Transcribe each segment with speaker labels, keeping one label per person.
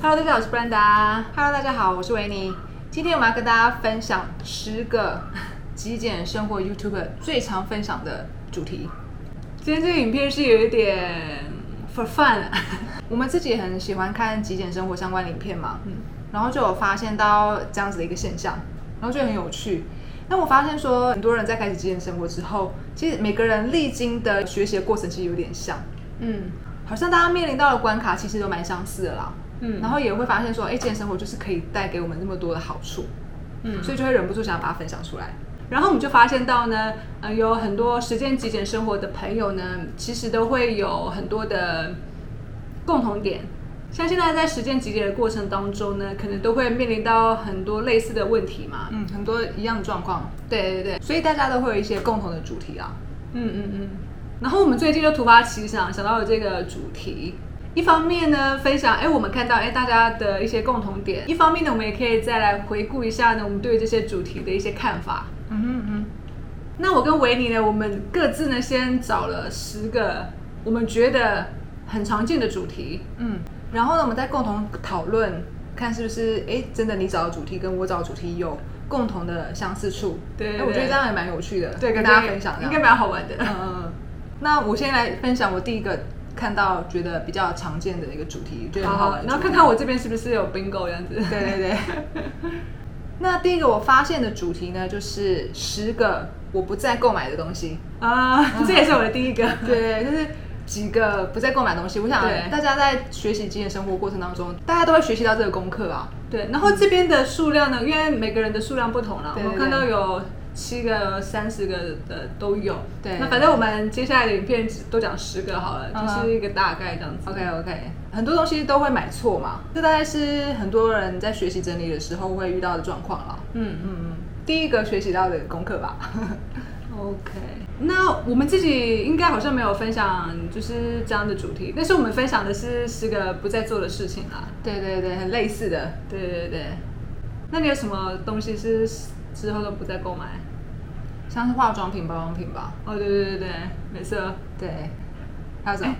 Speaker 1: Hello，大家好，我是布兰达。Hello，大家好，我是维尼。今天我们要跟大家分享十个 极简生活 YouTuber 最常分享的主题。今天这个影片是有一点 for fun，我 们自己也很喜欢看极简生活相关的影片嘛，嗯，然后就有发现到这样子的一个现象，然后就很有趣。那我发现说，很多人在开始极简生活之后，其实每个人历经的学习的过程其实有点像，
Speaker 2: 嗯
Speaker 1: 好像大家面临到的关卡其实都蛮相似的啦。
Speaker 2: 嗯
Speaker 1: 然后也会发现说，哎、健身生活就是可以带给我们那么多的好处，
Speaker 2: 嗯
Speaker 1: 所以就会忍不住想要把它分享出来。然后我们就发现到呢，呃，有很多实践极简生活的朋友呢，其实都会有很多的共同点。像现在在实践极简的过程当中呢，可能都会面临到很多类似的问题嘛。
Speaker 2: 嗯，很多一样的状况。
Speaker 1: 对对对，所以大家都会有一些共同的主题啊。
Speaker 2: 嗯嗯嗯，
Speaker 1: 然后我们最近就突发奇想，想到了这个主题。一方面呢，分享哎，我们看到哎大家的一些共同点；一方面呢，我们也可以再来回顾一下呢，我们对这些主题的一些看法。
Speaker 2: 嗯哼嗯
Speaker 1: 那我跟维尼呢，我们各自呢先找了十个我们觉得很常见的主题，
Speaker 2: 嗯
Speaker 1: 然后呢，我们再共同讨论，看是不是哎真的你找的主题跟我找的主题有共同的相似处。
Speaker 2: 对对
Speaker 1: 哎我觉得
Speaker 2: 对
Speaker 1: 这样也蛮有趣的，
Speaker 2: 对
Speaker 1: 跟
Speaker 2: 跟
Speaker 1: 大
Speaker 2: 大
Speaker 1: 家
Speaker 2: 家
Speaker 1: 分享这样，
Speaker 2: 应该蛮好玩的
Speaker 1: 嗯，那我先来分享我第一个看到觉得比较常见的一个主题，觉
Speaker 2: 嗯，
Speaker 1: 得很好玩的主题。
Speaker 2: 然后看看我这边是不是有 bingo 这样子。
Speaker 1: 对对对。那第一个我发现的主题呢，就是十个我不再购买的东 西。
Speaker 2: 啊，这也是我的第一个。
Speaker 1: 对对，就是几个不再购买的东西。我想
Speaker 2: 对
Speaker 1: 大家在学习极简生活过程当中，大家都会学习到这个功课啊。
Speaker 2: 对，然后这边的数量呢，因为每个人的数量不同啦，
Speaker 1: 对
Speaker 2: 我
Speaker 1: 对
Speaker 2: 看到有七个、三十个的都有。
Speaker 1: 对
Speaker 2: 那反正我们接下来的影片只都讲十个好了，
Speaker 1: 嗯哼
Speaker 2: 就是一个大概这样子。
Speaker 1: OK OK，很多东西都会买错嘛，这大概是很多人在学习整理的时候会遇到的状况了。
Speaker 2: 嗯嗯
Speaker 1: 嗯，第一个学习到的功课吧。
Speaker 2: ，OK。那我们自己应该好像没有分享就是这样的主题，但是我们分享的是十个不再做的事情啦。
Speaker 1: 对对对，很类似的。
Speaker 2: 对对对，那你有什么东西是之后都不再购买？
Speaker 1: 像是化妆品、保养品吧。
Speaker 2: 哦，对对对对，没事。
Speaker 1: 对，还有什么？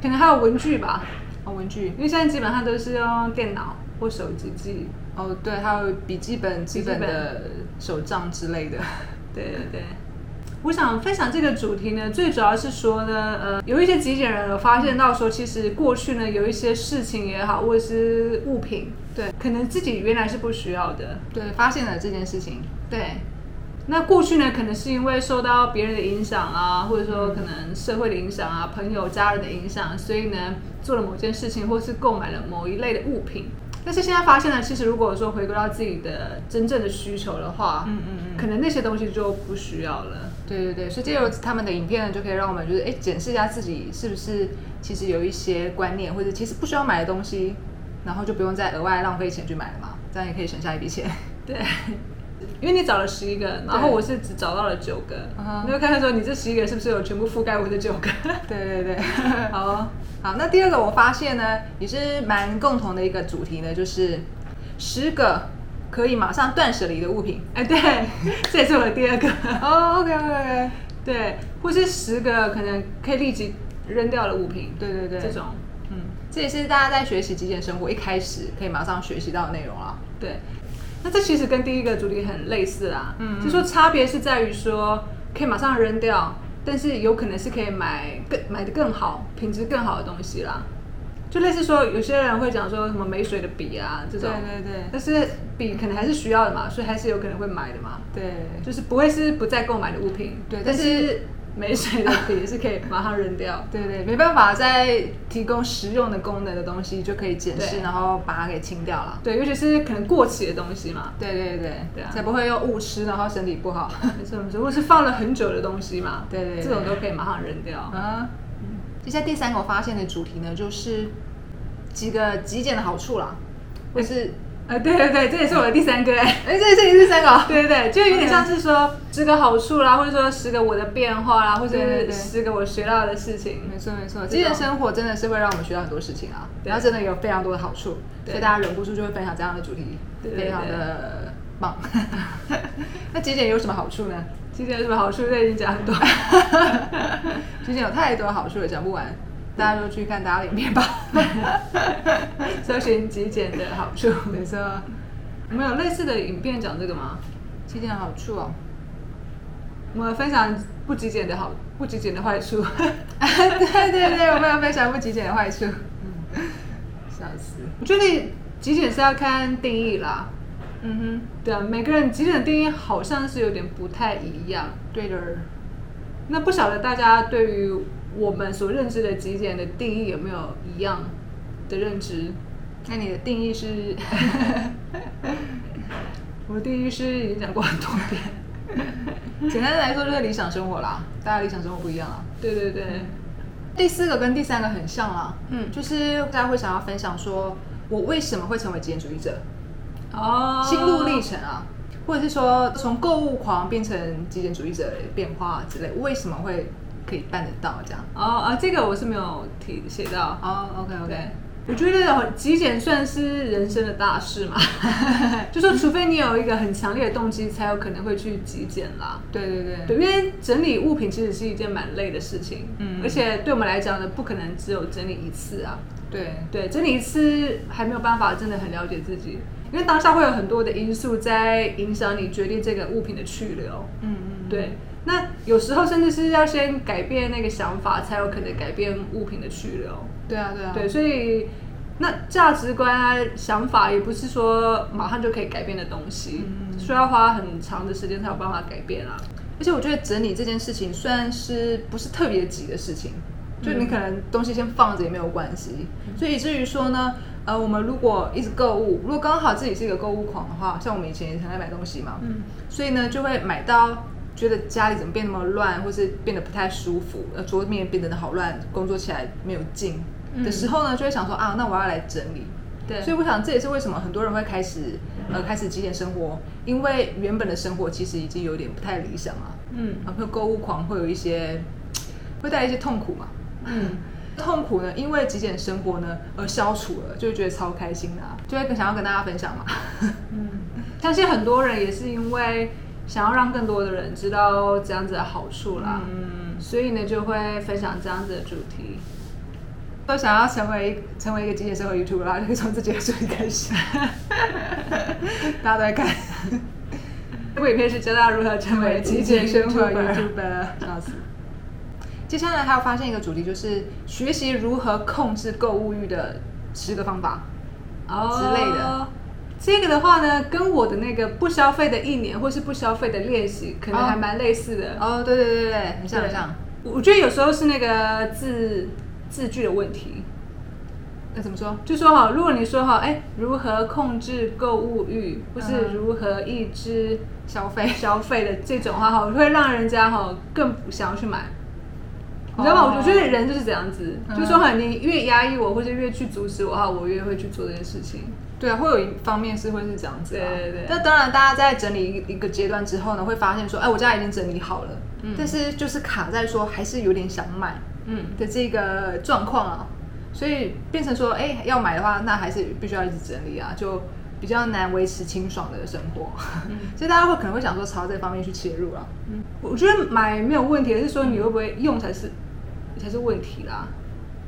Speaker 2: 可能还有文具吧，
Speaker 1: 哦，文具。
Speaker 2: 因为现在基本上都是用电脑或手机记。
Speaker 1: 哦，对，还有笔记本、基
Speaker 2: 记
Speaker 1: 本
Speaker 2: 本
Speaker 1: 的手账之类的。
Speaker 2: 对对对。我想分享这个主题呢，最主要是说呢，呃，有一些极简人有发现到说，其实过去呢有一些事情也好，或者是物品，
Speaker 1: 对
Speaker 2: 可能自己原来是不需要的，
Speaker 1: 对，发现了这件事情。
Speaker 2: 对，那过去呢，可能是因为受到别人的影响啊，或者说可能社会的影响啊、朋友、家人的影响，所以呢，做了某件事情，或是购买了某一类的物品。但是现在发现呢，其实如果说回归到自己的真正的需求的话，
Speaker 1: 嗯嗯嗯
Speaker 2: 可能那些东西就不需要了。
Speaker 1: 对对对，所以借由他们的影片呢，就可以让我们就是哎，检视一下自己是不是其实有一些观念，或者其实不需要买的东西，然后就不用再额外浪费钱去买了嘛，这样也可以省下一笔钱。
Speaker 2: 对，因为你找了十一个，然后我是只找到了九个
Speaker 1: 嗯哼，
Speaker 2: 你会看看说你这十一个是不是有全部覆盖我这 九个？
Speaker 1: 对对对。
Speaker 2: 好哦、
Speaker 1: 好，那第二个我发现呢，也是蛮共同的一个主题呢，就是十个可以马上断舍离的物品。
Speaker 2: 哎，对， 这也是我的第二个。
Speaker 1: 哦、o k OK OK，
Speaker 2: 对，或是十个可能可以立即扔掉的物品，
Speaker 1: 对对对，
Speaker 2: 这种，
Speaker 1: 嗯，这也是大家在学习极简生活一开始可以马上学习到的内容啦。
Speaker 2: 对。那这其实跟第一个主题很类似啦，
Speaker 1: 嗯嗯
Speaker 2: 就说差别是在于说可以马上扔掉，但是有可能是可以买更买的更好、品质更好的东西啦。就类似说，有些人会讲说什么没水的笔啊这种，
Speaker 1: 对
Speaker 2: 但是笔可能还是需要的嘛，所以还是有可能会买的嘛，
Speaker 1: 对
Speaker 2: 就是不会是不再购买的物品，
Speaker 1: 对但
Speaker 2: 但
Speaker 1: 是
Speaker 2: 是没水的笔是可以马上扔掉，
Speaker 1: 对对，没办法再提供实用的功能的东西就可以检视，
Speaker 2: 对
Speaker 1: 然后把它给清掉了。
Speaker 2: 对，尤其是可能过期的东西嘛，
Speaker 1: 对对对，
Speaker 2: 对啊
Speaker 1: 才不会又误吃，然后身体不好。
Speaker 2: 没错没错，或是放了很久的东西嘛，
Speaker 1: 对对对
Speaker 2: 这种都可以马上扔掉。
Speaker 1: 啊，接下来第三个我发现的主题呢，就是几个极简的好处啦，或是
Speaker 2: 呃，对对对，这也是我的第 三个哎。
Speaker 1: 哎，这这也是三个哦，
Speaker 2: 对对对，就有点像是说十个好处啦，或者说十个我的变化啦，或者
Speaker 1: 对对
Speaker 2: 是
Speaker 1: 对
Speaker 2: 十个我学到的事情。
Speaker 1: 没错没错，
Speaker 2: 种
Speaker 1: 极简生活真的是会让我们学到很多事情啊，
Speaker 2: 对
Speaker 1: 然后真的有非常多的好处，
Speaker 2: 对
Speaker 1: 所以大家忍不住就会分享这样的主题，
Speaker 2: 对对对
Speaker 1: 非常的棒。 那极简有什么好处呢？
Speaker 2: 今天有什么好处？这已经讲很多。
Speaker 1: 极简有太多好处了，讲不完。大家就去看打脸片吧。
Speaker 2: 搜寻极简的好处。
Speaker 1: 没错，
Speaker 2: 我们有类似的影片讲这个吗？
Speaker 1: 极简的好处哦，
Speaker 2: 我们分享不极简的好，不极简的 坏处。
Speaker 1: 对对对，我们有分享不极简的坏处，笑死。
Speaker 2: 我觉得极简是要看定义啦，
Speaker 1: 嗯
Speaker 2: 对啊，每个人极简的定义好像是有点不太一样。
Speaker 1: 哼，对的儿。
Speaker 2: 那不晓得大家对于我们所认知的极简的定义有没有一样的认知？
Speaker 1: 那你的定义是？
Speaker 2: 我的定义是已经讲过很多 遍。
Speaker 1: 简单的来说就是理想生活啦，大家理想生活不一样啦。
Speaker 2: 对对对，
Speaker 1: 第四个跟第三个很像啦，
Speaker 2: 嗯
Speaker 1: 就是大家会想要分享说我为什么会成为极简主义者，
Speaker 2: 哦，
Speaker 1: 心路历程啊，或者是说从购物狂变成极简主义者的变化之类，为什么会可以办得到这样？
Speaker 2: 哦啊，这个我是没有提写到。
Speaker 1: 哦、o k OK，
Speaker 2: 对，我觉得极简算是人生的大事嘛， 就说除非你有一个很强烈的动机，才有可能会去极简啦。
Speaker 1: 对对对，
Speaker 2: 对，因为整理物品其实是一件蛮累的事情，
Speaker 1: 嗯
Speaker 2: 而且对我们来讲呢，不可能只有整理一次啊。
Speaker 1: 对
Speaker 2: 对，整理一次还没有办法真的很了解自己，因为当下会有很多的因素在影响你决定这个物品的去留。
Speaker 1: 嗯嗯，
Speaker 2: 对，那有时候甚至是要先改变那个想法，才有可能改变物品的去留。
Speaker 1: 对啊对啊，
Speaker 2: 对，所以那价值观啊、想法也不是说马上就可以改变的东西，
Speaker 1: 嗯
Speaker 2: 需要花很长的时间才有办法改变啊。
Speaker 1: 而且我觉得整理这件事情虽然是不是特别急的事情，
Speaker 2: 嗯
Speaker 1: 就你可能东西先放着也没有关系，所以以至于说呢，呃，我们如果一直购物，如果刚好自己是一个购物狂的话，像我们以前也很爱买东西嘛，
Speaker 2: 嗯，
Speaker 1: 所以呢就会买到觉得家里怎么变那么乱，或是变得不太舒服，呃，桌面变得好乱，工作起来没有劲的时候呢，就会想说啊，那我要来整理，
Speaker 2: 嗯对，
Speaker 1: 所以我想这也是为什么很多人会开始呃开始极简生活，因为原本的生活其实已经有点不太理想了。
Speaker 2: 嗯
Speaker 1: 啊，会购物狂会有一些，会带来一些痛苦嘛。
Speaker 2: 嗯，
Speaker 1: 痛苦呢，因为极简生活呢而消除了，就会觉得超开心的、啊，就会想要跟大家分享嘛。
Speaker 2: 相信很多人也是因为想要让更多的人知道这样子的好处啦，
Speaker 1: 嗯，
Speaker 2: 所以呢就会分享这样子的主题。
Speaker 1: 都想要成为成为一个极简生活 YouTube 啦，就可以从自己的主题开始， 大家都在看，
Speaker 2: 这部影片是教大家如何成为极简生活 YouTuber。
Speaker 1: YouTuber，笑死。接下来还有发现一个主题，就是学习如何控制购物欲的十个方法。
Speaker 2: 哦
Speaker 1: 之类的。
Speaker 2: 这个的话呢，跟我的那个不消费的一年或是不消费的练习，可能
Speaker 1: 哦
Speaker 2: 还蛮类似的。
Speaker 1: 哦，对对对对对，很像很像。
Speaker 2: 我我觉得有时候是那个字字句的问题。
Speaker 1: 那怎么说？
Speaker 2: 就说好，如果你说好，哎，如何控制购物欲，或
Speaker 1: 嗯
Speaker 2: 是
Speaker 1: 哼
Speaker 2: 如何抑制
Speaker 1: 消费
Speaker 2: 消费的这种话，哈，会让人家哈更不想要去买。你知道
Speaker 1: 哦
Speaker 2: 吗？我觉得人就是这样子，
Speaker 1: 嗯
Speaker 2: 就说哈，你越压抑我，或者越去阻止我哈，我越会去做这件事情。
Speaker 1: 对啊，会有一方面是会是这样子、啊，
Speaker 2: 对对对
Speaker 1: 但当然，大家在整理一个一个阶段之后呢，会发现说，哎，我家已经整理好了，但是就是卡在说还是有点想买
Speaker 2: 嗯，
Speaker 1: 的这个状况啊，所以变成说，哎，要买的话，那还是必须要一直整理啊，就比较难维持清爽的生活，
Speaker 2: 嗯
Speaker 1: 所以大家会可能会想说，朝这方面去切入啊。
Speaker 2: 我觉得买没有问题，而是说你会不会用才是才是问题啦。
Speaker 1: 嗯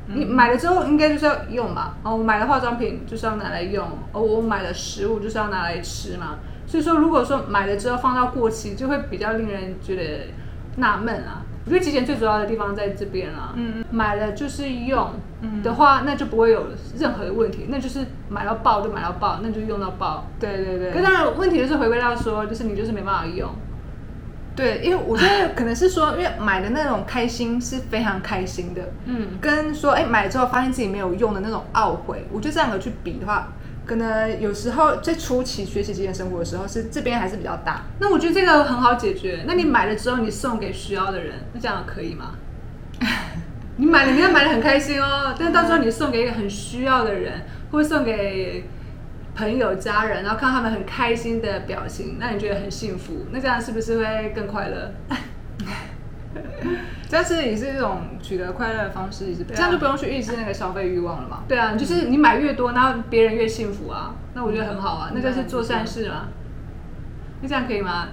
Speaker 2: 你买了之后应该就是要用嘛，哦，我买了化妆品就是要拿来用，哦，我买了食物就是要拿来吃嘛。所以说，如果说买了之后放到过期，就会比较令人觉得纳闷啊。我觉得极简最主要的地方在这边啦、
Speaker 1: 嗯，
Speaker 2: 买了就是用
Speaker 1: 嗯
Speaker 2: 的话，那就不会有任何的问题，那就是买到爆就买到爆，那就用到爆。
Speaker 1: 对对对
Speaker 2: 可是当然，问题就是回归到说，就是你就是没办法用，
Speaker 1: 对，因为我觉得可能是说，因为买的那种开心是非常开心的，
Speaker 2: 嗯。
Speaker 1: 跟说哎、买了之后发现自己没有用的那种懊悔，我觉得这两个去比的话，可能有时候在初期学习极简生活的时候是这边还是比较大。
Speaker 2: 那我觉得这个很好解决。那你买了之后，你送给需要的人，那这样可以吗？ 你买了，你要买的很开心哦，但是到时候你送给一个很需要的人，或者送给朋友、家人，然后看他们很开心的表情，那你觉得很幸福，那这样是不是会更快乐？
Speaker 1: 但是也是一种取得快乐的方式，也是、
Speaker 2: 对啊
Speaker 1: 这样就不用去抑制那个消费欲望 了嘛。
Speaker 2: 对啊，就是你买越多，然后别人越幸福啊，那我觉得很好啊，
Speaker 1: 嗯
Speaker 2: 那就是做善事嘛。那这样可以吗？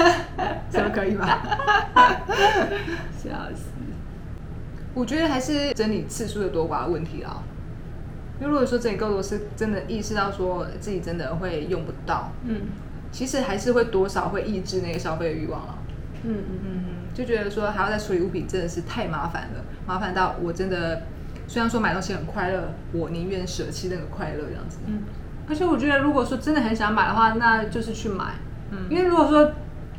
Speaker 1: 这样可以吧？
Speaker 2: 笑死！
Speaker 1: 我觉得还是整理次数的多寡的问题啦。因为如果说整理够多，是真的意识到说自己真的会用不到，
Speaker 2: 嗯
Speaker 1: 其实还是会多少会抑制那个消费的欲望啊了。
Speaker 2: 嗯嗯
Speaker 1: 嗯，就觉得说还要再处理物品真的是太麻烦了，麻烦到我真的虽然说买东西很快乐，我宁愿舍弃那个快乐这样子。
Speaker 2: 嗯。而且我觉得，如果说真的很想买的话，那就是去买。
Speaker 1: 嗯
Speaker 2: 因为如果说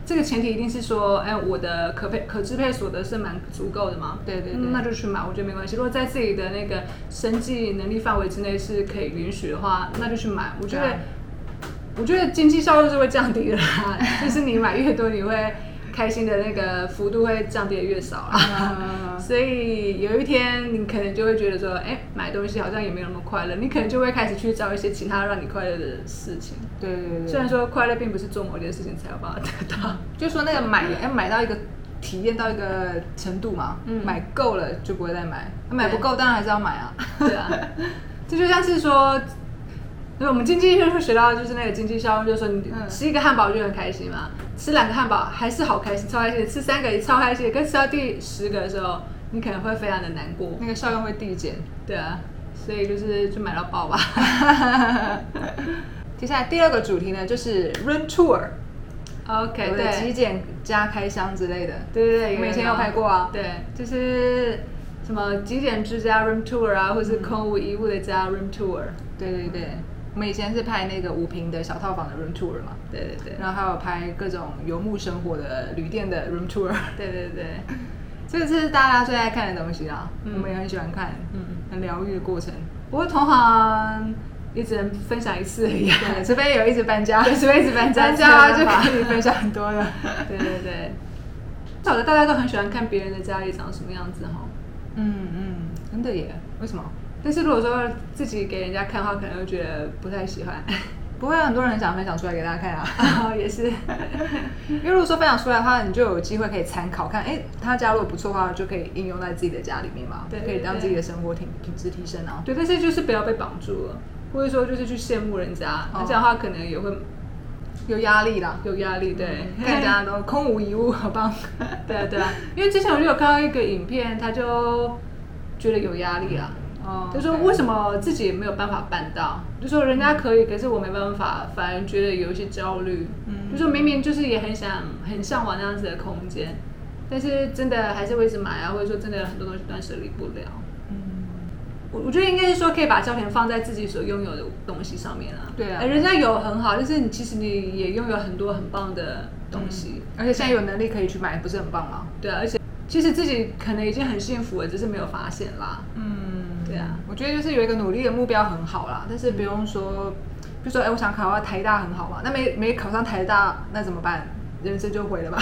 Speaker 2: 这个前提一定是说，哎，我的可配可支配所得是蛮足够的嘛，
Speaker 1: 对对对
Speaker 2: 嗯那就去买，我觉得没关系。如果在自己的那个生计能力范围之内是可以允许的话，那就去买。我觉得，
Speaker 1: 对啊
Speaker 2: 我觉得经济效率是会降低的啦， 就是你买越多，你会开心的那个幅度会降低的越少啦。
Speaker 1: 嗯
Speaker 2: 所以有一天你可能就会觉得说，哎、买东西好像也没有那么快乐，你可能就会开始去找一些其他让你快乐的事情。
Speaker 1: 对对对
Speaker 2: 虽然说快乐并不是做某件事情才有办法得 到，
Speaker 1: 就说那个买要买到一个体验到一个程度嘛，
Speaker 2: 嗯
Speaker 1: 买够了就不会再买，买不够当然还是要买啊。
Speaker 2: 对啊，这就像是说，因为我们经济就是学到就是那个经济效用，就是说你
Speaker 1: 嗯
Speaker 2: 吃一个汉堡就很开心嘛，吃两个汉堡还是好开心，超开心的，吃三个也超开心的，可是吃到第十个的时候，你可能会非常的难过，
Speaker 1: 那个效用会递减。
Speaker 2: 对啊，所以就是就买到爆吧，
Speaker 1: 接下来第二个主题呢，就是 room tour，
Speaker 2: ，OK，
Speaker 1: 有的极
Speaker 2: 对，
Speaker 1: 简加开箱之类的，
Speaker 2: 对对对，
Speaker 1: 我们以前有
Speaker 2: 有
Speaker 1: 拍过啊。
Speaker 2: 对，就是什么极简之家 room tour 啊，或是空无一物的家 room tour，
Speaker 1: 对对对，我们以前是拍那个五平的小套房的 room tour 嘛，
Speaker 2: 对对对。
Speaker 1: 然后还有拍各种游牧生活的旅店的 room tour，
Speaker 2: 对对对，
Speaker 1: 这个是大家最爱看的东西啦，
Speaker 2: 嗯
Speaker 1: 我们也很喜欢看，
Speaker 2: 嗯，
Speaker 1: 很疗愈的过程。
Speaker 2: 不过同行也只能分享一次而已、啊，
Speaker 1: 对，除非有一直搬 家，
Speaker 2: 对除非一直搬家
Speaker 1: 搬家
Speaker 2: 才
Speaker 1: 就
Speaker 2: 有办法
Speaker 1: 可以分享很多 了。
Speaker 2: 对对对。晓得大家都很喜欢看别人的家里长什么样子哈，
Speaker 1: 嗯嗯，真的耶？为什么？
Speaker 2: 但是如果说自己给人家看的话，可能会觉得不太喜欢。
Speaker 1: 不会有很多人很想分享出来给大家看啊，
Speaker 2: 哦，也是，
Speaker 1: 因为如果说分享出来的话，你就有机会可以参考看，哎，他家如果不错的话，就可以应用在自己的家里面嘛，
Speaker 2: 对
Speaker 1: 可以让
Speaker 2: 对
Speaker 1: 自己的生活品品质提升啊。
Speaker 2: 对，但是就是不要被绑住了，或者说就是去羡慕人家，那、
Speaker 1: 哦
Speaker 2: 这样的话可能也会
Speaker 1: 有压力啦，
Speaker 2: 有压力，对，
Speaker 1: 看人家都空无一物，好棒。
Speaker 2: 对啊对啊，因为之前我就有看到一个影片，他就觉得有压力啊，
Speaker 1: 哦
Speaker 2: 就说为什么自己没有办法办到？就说人家可以，可是我没办法，反而觉得有一些焦虑。
Speaker 1: 嗯
Speaker 2: 就说明明就是也很想、很向往那样子的空间，但是真的还是会一直买啊，或者说真的很多东西断舍离不了。我我觉得应该是说可以把焦点放在自己所拥有的东西上面啊。
Speaker 1: 对啊
Speaker 2: 哎人家有很好，但是你其实你也拥有很多很棒的东西。
Speaker 1: 而且现在有能力可以去买，不是很棒吗？
Speaker 2: 对啊，而且其实自己可能已经很幸福了，只是没有发现啦。
Speaker 1: 嗯，
Speaker 2: 对啊，
Speaker 1: 我觉得就是有一个努力的目标很好啦，但是不用说，比如说哎、我想考到台大很好嘛，那没没考上台大，那怎么办？人生就毁 了吧？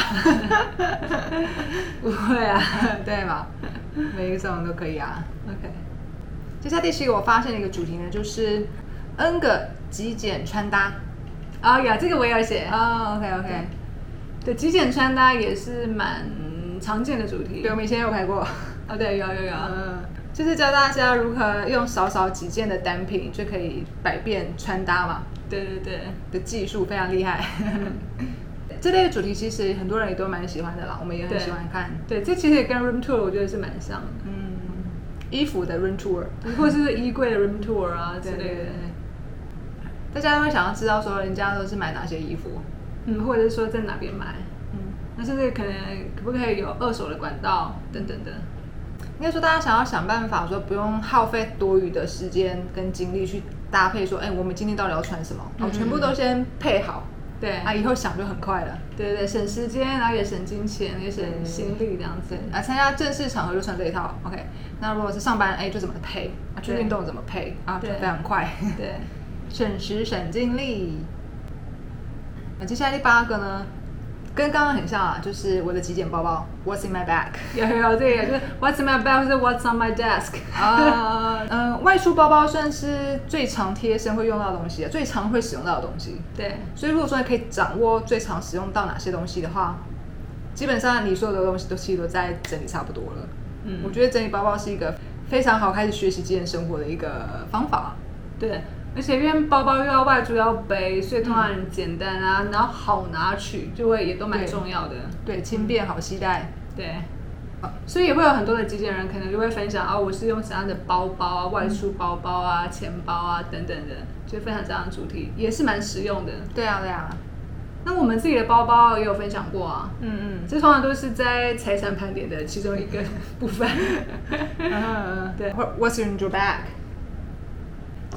Speaker 2: 不会 啊。
Speaker 1: 对嘛，每一种都可以啊。
Speaker 2: OK，
Speaker 1: 接下来第七个我发现的一个主题呢，就是 N 个极简穿搭。
Speaker 2: 哦呀，这个我也有写。
Speaker 1: 哦、o k OK，
Speaker 2: 对，极简穿搭也是蛮常见的主题
Speaker 1: 对，。我们以前有拍过，
Speaker 2: 哦，对，有有有。
Speaker 1: 嗯，就是教大家如何用少少几件的单品就可以百变穿搭嘛。
Speaker 2: 对对对，
Speaker 1: 的技术非常厉害。 这类的主题其实很多人也都蛮喜欢的啦，我们也很
Speaker 2: 对
Speaker 1: 喜欢看。
Speaker 2: 对，这其实也跟 room tour 我觉得是蛮像的，
Speaker 1: 嗯，衣服的 room tour
Speaker 2: 或者是衣柜的 room tour 啊之
Speaker 1: 之类
Speaker 2: 类
Speaker 1: 的
Speaker 2: 的。，
Speaker 1: 大家都会想要知道说人家都是买哪些衣服。
Speaker 2: 嗯，或者是说在哪边买，
Speaker 1: 嗯，
Speaker 2: 那甚至可能可不可以有二手的管道等等的。
Speaker 1: 应该说大家想要想办法说不用耗费多余的时间跟精力去搭配说，哎、我们今天到底要穿什么？哦，
Speaker 2: 嗯
Speaker 1: 全部都先配好，
Speaker 2: 对，
Speaker 1: 啊，以后想就很快了。
Speaker 2: 对对，省时间，然后也省金钱，也
Speaker 1: 对
Speaker 2: 省心力这样子。
Speaker 1: 啊，参加正式场合就穿这一套，OK。那如果是上班，哎、就怎么配？啊，去
Speaker 2: 对
Speaker 1: 运动怎么配？啊，就
Speaker 2: 对
Speaker 1: 非常快。
Speaker 2: 对，
Speaker 1: 省时省精力。那接下来第八个呢，跟刚刚很像啊，就是我的极简包包，What's in my bag？
Speaker 2: 有有有，这个也就是 What's in my bag 或者 What's on my desk。
Speaker 1: 啊，嗯，外出包包算是最常贴身会用到的东西，啊最常会使用到的东西。
Speaker 2: 对，
Speaker 1: 所以如果说你可以掌握最常使用到哪些东西的话，基本上你所有的东西都其实都在整理差不多了。
Speaker 2: 嗯，
Speaker 1: 我觉得整理包包是一个非常好开始学习极简生活的一个方法。
Speaker 2: 对，而且因为包包又要外出要背，所以通常简单啊，然后好拿取，就会也都蛮重要的。
Speaker 1: 对，轻便好携带。
Speaker 2: 对，所以也会有很多的极简人可能就会分享啊，我是用什么样的包包啊、外出包包啊、钱包啊等等的，就分享这样的主题，也是蛮实用的。
Speaker 1: 对啊，对啊，
Speaker 2: 那我们自己的包包也有分享过啊，
Speaker 1: 嗯
Speaker 2: 这通常都是在财产盘点的其中一个部分。
Speaker 1: 嗯 嗯，
Speaker 2: 对
Speaker 1: What- What's in your bag？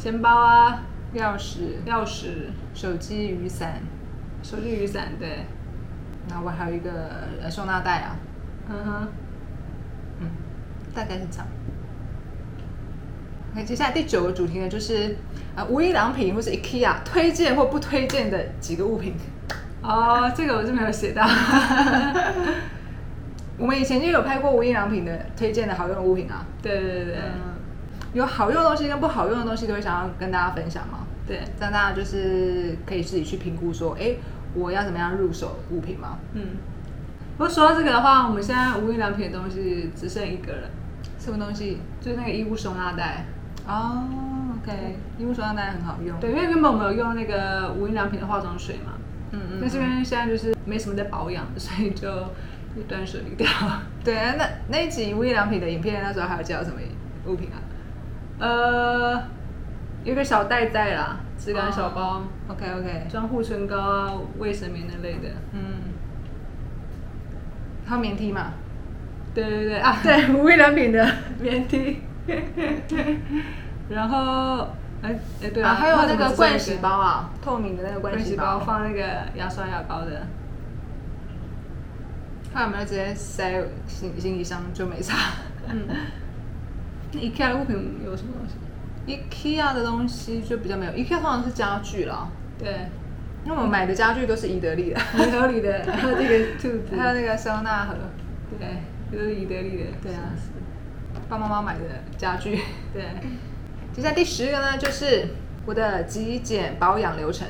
Speaker 2: 钱包啊、
Speaker 1: 钥匙、
Speaker 2: 钥匙、
Speaker 1: 手机、雨伞，
Speaker 2: 手机、雨伞，对，
Speaker 1: 然后我还有一个呃收纳袋啊，
Speaker 2: 嗯哼，
Speaker 1: 嗯，大概是这样。OK，接下来第九个主题呢，就是呃无印良品或是 IKEA 推荐或不推荐的几个物品。
Speaker 2: 哦，这个我是没有写到。
Speaker 1: 我们以前就有拍过无印良品的推荐的好用的物品啊，
Speaker 2: 对对对对、
Speaker 1: 嗯，有好用的东西跟不好用的东西都会想要跟大家分享嘛，
Speaker 2: 对，
Speaker 1: 这样大家就是可以自己去评估说，哎，我要怎么样入手物品嘛？
Speaker 2: 嗯。不过说到这个的话，我们现在无印良品的东西只剩一个了，
Speaker 1: 什么东西？
Speaker 2: 就是那个衣物收纳袋。
Speaker 1: 哦，OK，衣物收纳袋很好用，
Speaker 2: 对，因为原本我们有用那个无印良品的化妆水嘛，
Speaker 1: 嗯，嗯嗯，
Speaker 2: 但是因为现在就是没什么在保养，所以就就断舍离掉。
Speaker 1: 对，啊那那一集无印良品的影片，那时候还有介绍什么物品啊
Speaker 2: 呃，有个小袋袋啦，质感小包，
Speaker 1: ？OK OK，
Speaker 2: 装护唇膏啊、卫生棉那类的。
Speaker 1: 嗯，还有棉 T 嘛？
Speaker 2: 对对对啊，对无印良 品的棉 T，然后哎哎对
Speaker 1: 啊，还有那个盥洗
Speaker 2: 洗
Speaker 1: 包啊，透明的那个盥
Speaker 2: 盥
Speaker 1: 洗
Speaker 2: 洗包放那个牙刷牙膏的，
Speaker 1: 看有没有直接塞行行李箱就没差。
Speaker 2: 嗯，那 IKEA 的物品有什么东西？
Speaker 1: IKEA 的东西就比较没有，IKEA 通常是家具啦，
Speaker 2: 对，
Speaker 1: 因为我们买的家具都是宜得利的，
Speaker 2: 很合理 的，还有这个兔子，
Speaker 1: 还有那个收纳盒，
Speaker 2: 对，都是宜得利的，
Speaker 1: 对啊，帮妈妈买的家具。
Speaker 2: 对，
Speaker 1: 接下来第十个呢，就是我的极简保养流程。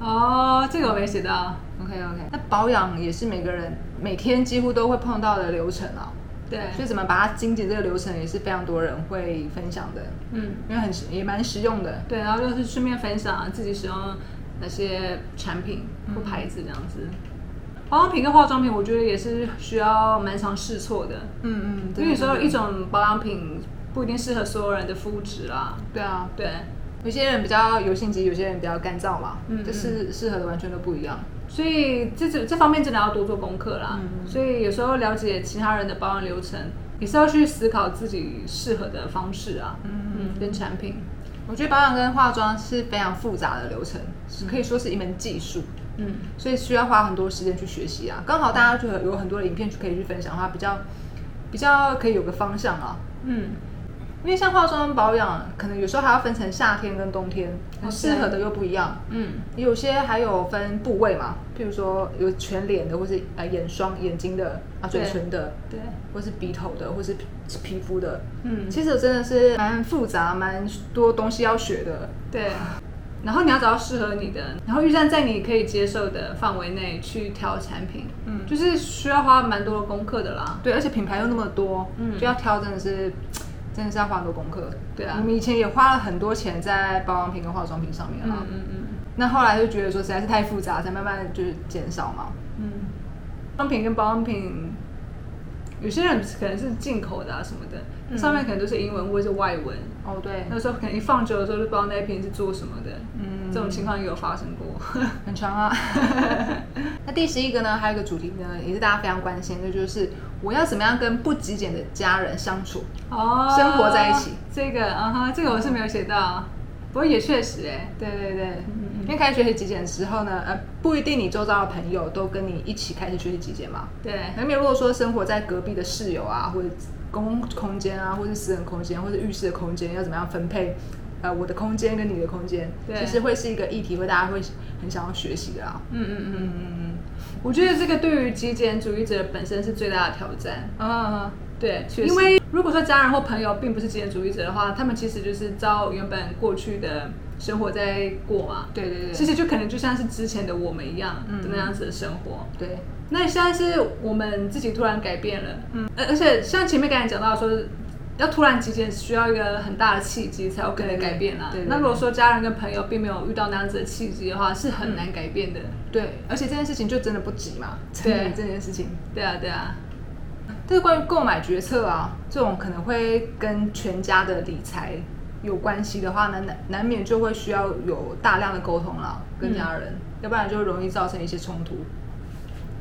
Speaker 2: 哦，这个我没写到，
Speaker 1: OK OK，那保养也是每个人每天几乎都会碰到的流程啊，
Speaker 2: 对，
Speaker 1: 所以怎么把它精简这个流程也是非常多人会分享的，
Speaker 2: 嗯，
Speaker 1: 因为很实也蛮实用的。
Speaker 2: 对，然后就是顺便分享自己使用哪些产品
Speaker 1: 嗯
Speaker 2: 或牌子这样子。保养品跟化妆品，我觉得也是需要蛮常试错的，
Speaker 1: 嗯嗯，
Speaker 2: 因为有时候一种保养品不一定适合所有人的肤质啦。
Speaker 1: 对啊，
Speaker 2: 对，
Speaker 1: 有些人比较油性肌，有些人比较干燥嘛，
Speaker 2: 嗯嗯
Speaker 1: 这适适合的完全都不一样。
Speaker 2: 所以这这这方面真的要多做功课啦。
Speaker 1: 嗯
Speaker 2: 所以有时候了解其他人的保养流程，也是要去思考自己适合的方式啊，
Speaker 1: 嗯
Speaker 2: 嗯，跟产品，
Speaker 1: 我觉得保养跟化妆是非常复杂的流程，可以说是一门技术，
Speaker 2: 嗯，
Speaker 1: 所以需要花很多时间去学习啊。刚好大家就有有很多的影片可以去分享的话，比较比较可以有个方向啊。
Speaker 2: 嗯，
Speaker 1: 因为像化妆保养，可能有时候还要分成夏天跟冬天，
Speaker 2: 哦
Speaker 1: 适合的又不一样。
Speaker 2: 嗯，
Speaker 1: 有些还有分部位嘛，譬如说有全脸的，或是呃眼霜、眼睛的啊，嘴
Speaker 2: 对
Speaker 1: 唇的，
Speaker 2: 对，
Speaker 1: 或是鼻头的，或是皮皮肤的。
Speaker 2: 嗯，
Speaker 1: 其实真的是蛮复杂，蛮多东西要学的。
Speaker 2: 对，然后你要找到适合你的，然后预算在你可以接受的范围内去挑产品，
Speaker 1: 嗯
Speaker 2: 就是需要花蛮多的功课的啦。
Speaker 1: 对，而且品牌又那么多，
Speaker 2: 嗯
Speaker 1: 就要挑真的是，真的是要花很多功课。
Speaker 2: 对啊
Speaker 1: 我们以前也花了很多钱在保养品跟化妆品上面
Speaker 2: 嗯
Speaker 1: 啊。
Speaker 2: 嗯嗯
Speaker 1: 那后来就觉得说实在是太复杂，才慢慢就是减少嘛。
Speaker 2: 嗯，商品跟保养品，有些人可能是进口的啊什么的，
Speaker 1: 嗯
Speaker 2: 上面可能都是英文或者是外文，
Speaker 1: 哦，对，
Speaker 2: 那时候可能一放久的时候就不知道那一瓶是做什么的，
Speaker 1: 嗯
Speaker 2: 这种情况也有发生过。
Speaker 1: 很长啊。 那第十一个呢，还有一个主题呢，也是大家非常关心的，就是我要怎么样跟不极简的家人相处。
Speaker 2: 哦
Speaker 1: 生活在一起，
Speaker 2: 这个啊哈，这个我是没有写到，不过也确实哎、
Speaker 1: 对对对，
Speaker 2: 嗯嗯嗯
Speaker 1: 因为开始学习极简之后呢，呃，不一定你周遭的朋友都跟你一起开始学习极简嘛。
Speaker 2: 对，
Speaker 1: 难免如果说生活在隔壁的室友啊，或者公共空间啊，或者私人空间，或者浴室的空间，要怎么样分配？呃，我的空间跟你的空间，
Speaker 2: 对
Speaker 1: 其实会是一个议题，会大家会很想要学习的啊。
Speaker 2: 嗯嗯嗯。
Speaker 1: 嗯
Speaker 2: 我觉得这个对于极简主义者本身是最大的挑战。
Speaker 1: 嗯嗯，
Speaker 2: 对，
Speaker 1: 确实
Speaker 2: 因为如果说家人或朋友并不是极简主义者的话，他们其实就是照原本过去的生活在过嘛。
Speaker 1: 对对
Speaker 2: 其
Speaker 1: 对，
Speaker 2: 实就可能就像是之前的我们一样
Speaker 1: 嗯
Speaker 2: 的那样子的生活。
Speaker 1: 对，
Speaker 2: 那现在是我们自己突然改变了，
Speaker 1: 嗯
Speaker 2: 嗯，而而且像前面刚才讲到说，要突然极简需要一个很大的契机才有可能改变啦。啊
Speaker 1: 对对对
Speaker 2: 那如果说家人跟朋友并没有遇到那样子的契机的话，是很难改变的。
Speaker 1: 对，而且这件事情就真的不急嘛，
Speaker 2: 对
Speaker 1: 这件事情。
Speaker 2: 对啊，对啊。
Speaker 1: 但是关于购买决策啊，这种可能会跟全家的理财有关系的话呢，难难免就会需要有大量的沟通啦，跟家人，要不然就容易造成一些冲突，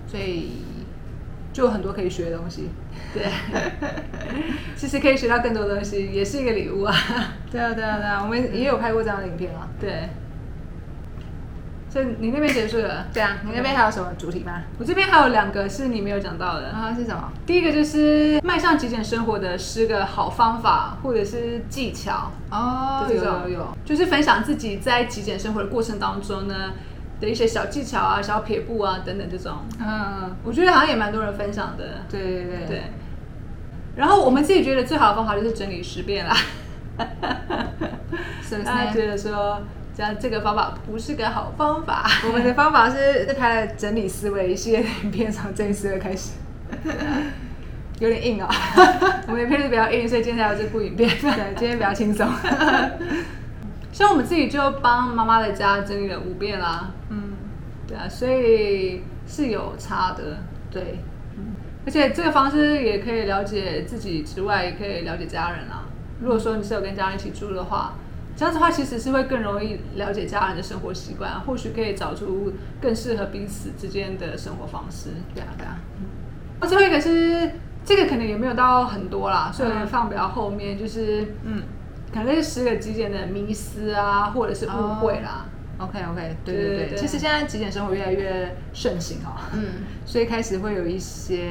Speaker 1: 所以就有很多可以学的东西。
Speaker 2: 对，其实可以学到更多东西，也是一个礼物啊。
Speaker 1: 对啊，对啊，对啊，我们也有拍过这样的影片啊。
Speaker 2: 对，所以你那边结束了，
Speaker 1: 对啊，你那边还有什么主题吗？
Speaker 2: 我这边还有两个是你没哦有讲到的。
Speaker 1: 啊，是什么？
Speaker 2: 第一个就是迈向极简生活的十个好方法或者是技巧，
Speaker 1: 哦，
Speaker 2: 对
Speaker 1: 有
Speaker 2: 这种
Speaker 1: 有有，
Speaker 2: 就是分享自己在极简生活的过程当中呢的一些小技巧啊、小撇步啊等等这种，
Speaker 1: 嗯，
Speaker 2: 我觉得好像也蛮多人分享的。
Speaker 1: 对对对
Speaker 2: 对，然后我们自己觉得最好的方法就是整理十遍啦。
Speaker 1: 是不是
Speaker 2: 大家
Speaker 1: 呢？
Speaker 2: 觉得说，这样这个方法不是个好方法。
Speaker 1: 我们的方法是是拍了整理思维一系列的影片，从整理思维开始，有点硬啊、
Speaker 2: 我们的片子比较硬，所以今天才有这部影片。
Speaker 1: 对，今天比较轻松。
Speaker 2: 像我们自己就帮妈妈的家整理了五遍啦，
Speaker 1: 嗯，
Speaker 2: 对啊，所以是有差的。
Speaker 1: 对，
Speaker 2: 而且这个方式也可以了解自己之外，也可以了解家人啊。如果说你是有跟家人一起住的话，这样子的话其实是会更容易了解家人的生活习惯，或许可以找出更适合彼此之间的生活方式。
Speaker 1: 对啊对啊，
Speaker 2: 那最后一个是这个可能也没有到很多啦，所以我们放比较后面，就是
Speaker 1: 嗯
Speaker 2: 可能是十个极简的迷思啊，或者是误会啦。
Speaker 1: ，OK OK，对对对，
Speaker 2: 对对对
Speaker 1: 其实现在极简生活越来越盛行哦，
Speaker 2: 嗯，
Speaker 1: 所以开始会有一些，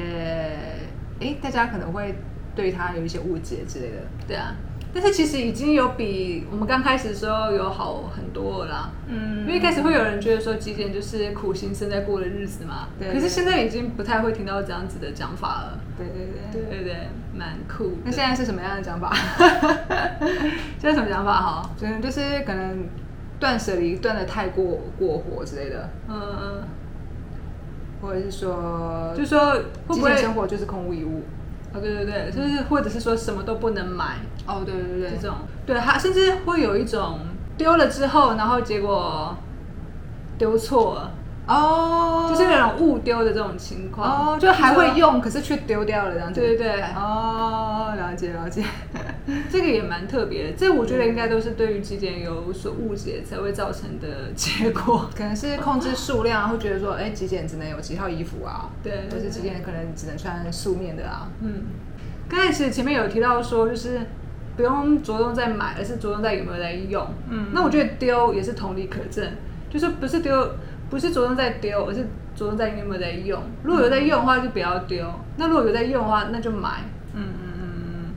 Speaker 1: 诶，大家可能会对它有一些误解之类的。
Speaker 2: 对啊。但是其实已经有比我们刚开始的时候有好很多了啦。
Speaker 1: 嗯
Speaker 2: 因为一开始会有人觉得说极简就是苦行僧在过的日子嘛，
Speaker 1: 对
Speaker 2: 可是现在已经不太会听到这样子的讲法了。
Speaker 1: 对对对。
Speaker 2: 对对对，蛮酷的。
Speaker 1: 那现在是什么样的 讲法？
Speaker 2: 现在什么讲法哈？
Speaker 1: 可能就是可能断舍离断的太过过火之类的，
Speaker 2: 嗯
Speaker 1: 或者是说
Speaker 2: 嗯，就说会
Speaker 1: 极
Speaker 2: 不会
Speaker 1: 呃简生活就是空无一物。
Speaker 2: 哦，对对对，就是或者是说什么都不能买
Speaker 1: 哦，对对
Speaker 2: 这种，对，还甚至会有一种丢了之后，然后结果丢错了，
Speaker 1: 哦，
Speaker 2: 就是那种误丢的这种情况。
Speaker 1: 哦，就还会
Speaker 2: 说，
Speaker 1: 用，可是嗯却丢掉了这样子。
Speaker 2: 对对对，
Speaker 1: 哦，了解了解。
Speaker 2: 这个也蛮特别的。这我觉得应该都是对于极简有所误解才会造成的结果。
Speaker 1: 可能是控制数量，会觉得说，哎、极简只能有几套衣服啊，
Speaker 2: 对，
Speaker 1: 或是极简可能只能穿素面的啊。
Speaker 2: 嗯，刚才其实前面有提到说，就是不用着重在买，而是着重在有没有在用。
Speaker 1: 嗯
Speaker 2: 那我觉得丢也是同理可证，就是不是丢，不是着重在丢，而是着重在你有没有在用。如果有在用的话，就不要丢；那如果有在用的话，那就买；
Speaker 1: 嗯嗯嗯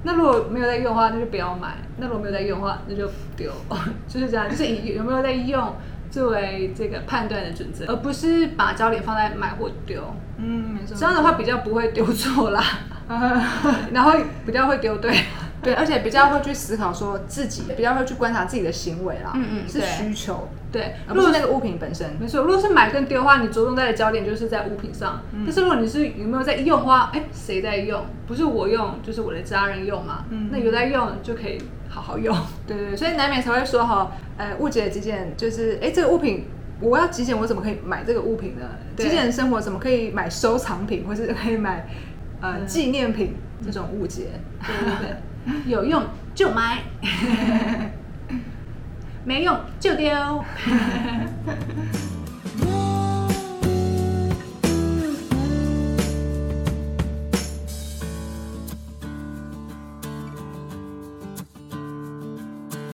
Speaker 2: 那如果没有在用的话，那就不要买；那如果没有在用的话，那就丢。 就是这样，就是以有没有在用作为这个判断的准则，而不是把焦点放在买或丢。
Speaker 1: 嗯，没错。
Speaker 2: 这样的话比较不会丢错啦。然后比较会丢对，
Speaker 1: 对，而且比较会去思考说自己，比较会去观察自己的行为啦，
Speaker 2: 嗯嗯
Speaker 1: 是
Speaker 2: 对
Speaker 1: 需求，
Speaker 2: 对。
Speaker 1: 而啊不
Speaker 2: 如果
Speaker 1: 是那个物品本身。
Speaker 2: 没错，如果是买跟丢的话，你着重在的焦点就是在物品上。但是如果你是有没有在用的话，哎，谁在用？不是我用，就是我的家人用嘛。
Speaker 1: 嗯
Speaker 2: 那有在用就可以好好用。
Speaker 1: 对对对，所以难免才会说哈，呃，误解极简就是，哎，这个物品我要极简，我怎么可以买这个物品呢？
Speaker 2: 对
Speaker 1: 极简生活怎么可以买收藏品，或是可以买呃
Speaker 2: 嗯
Speaker 1: 纪念品这种误解？
Speaker 2: 对对 对，有用就买， 没用就丢。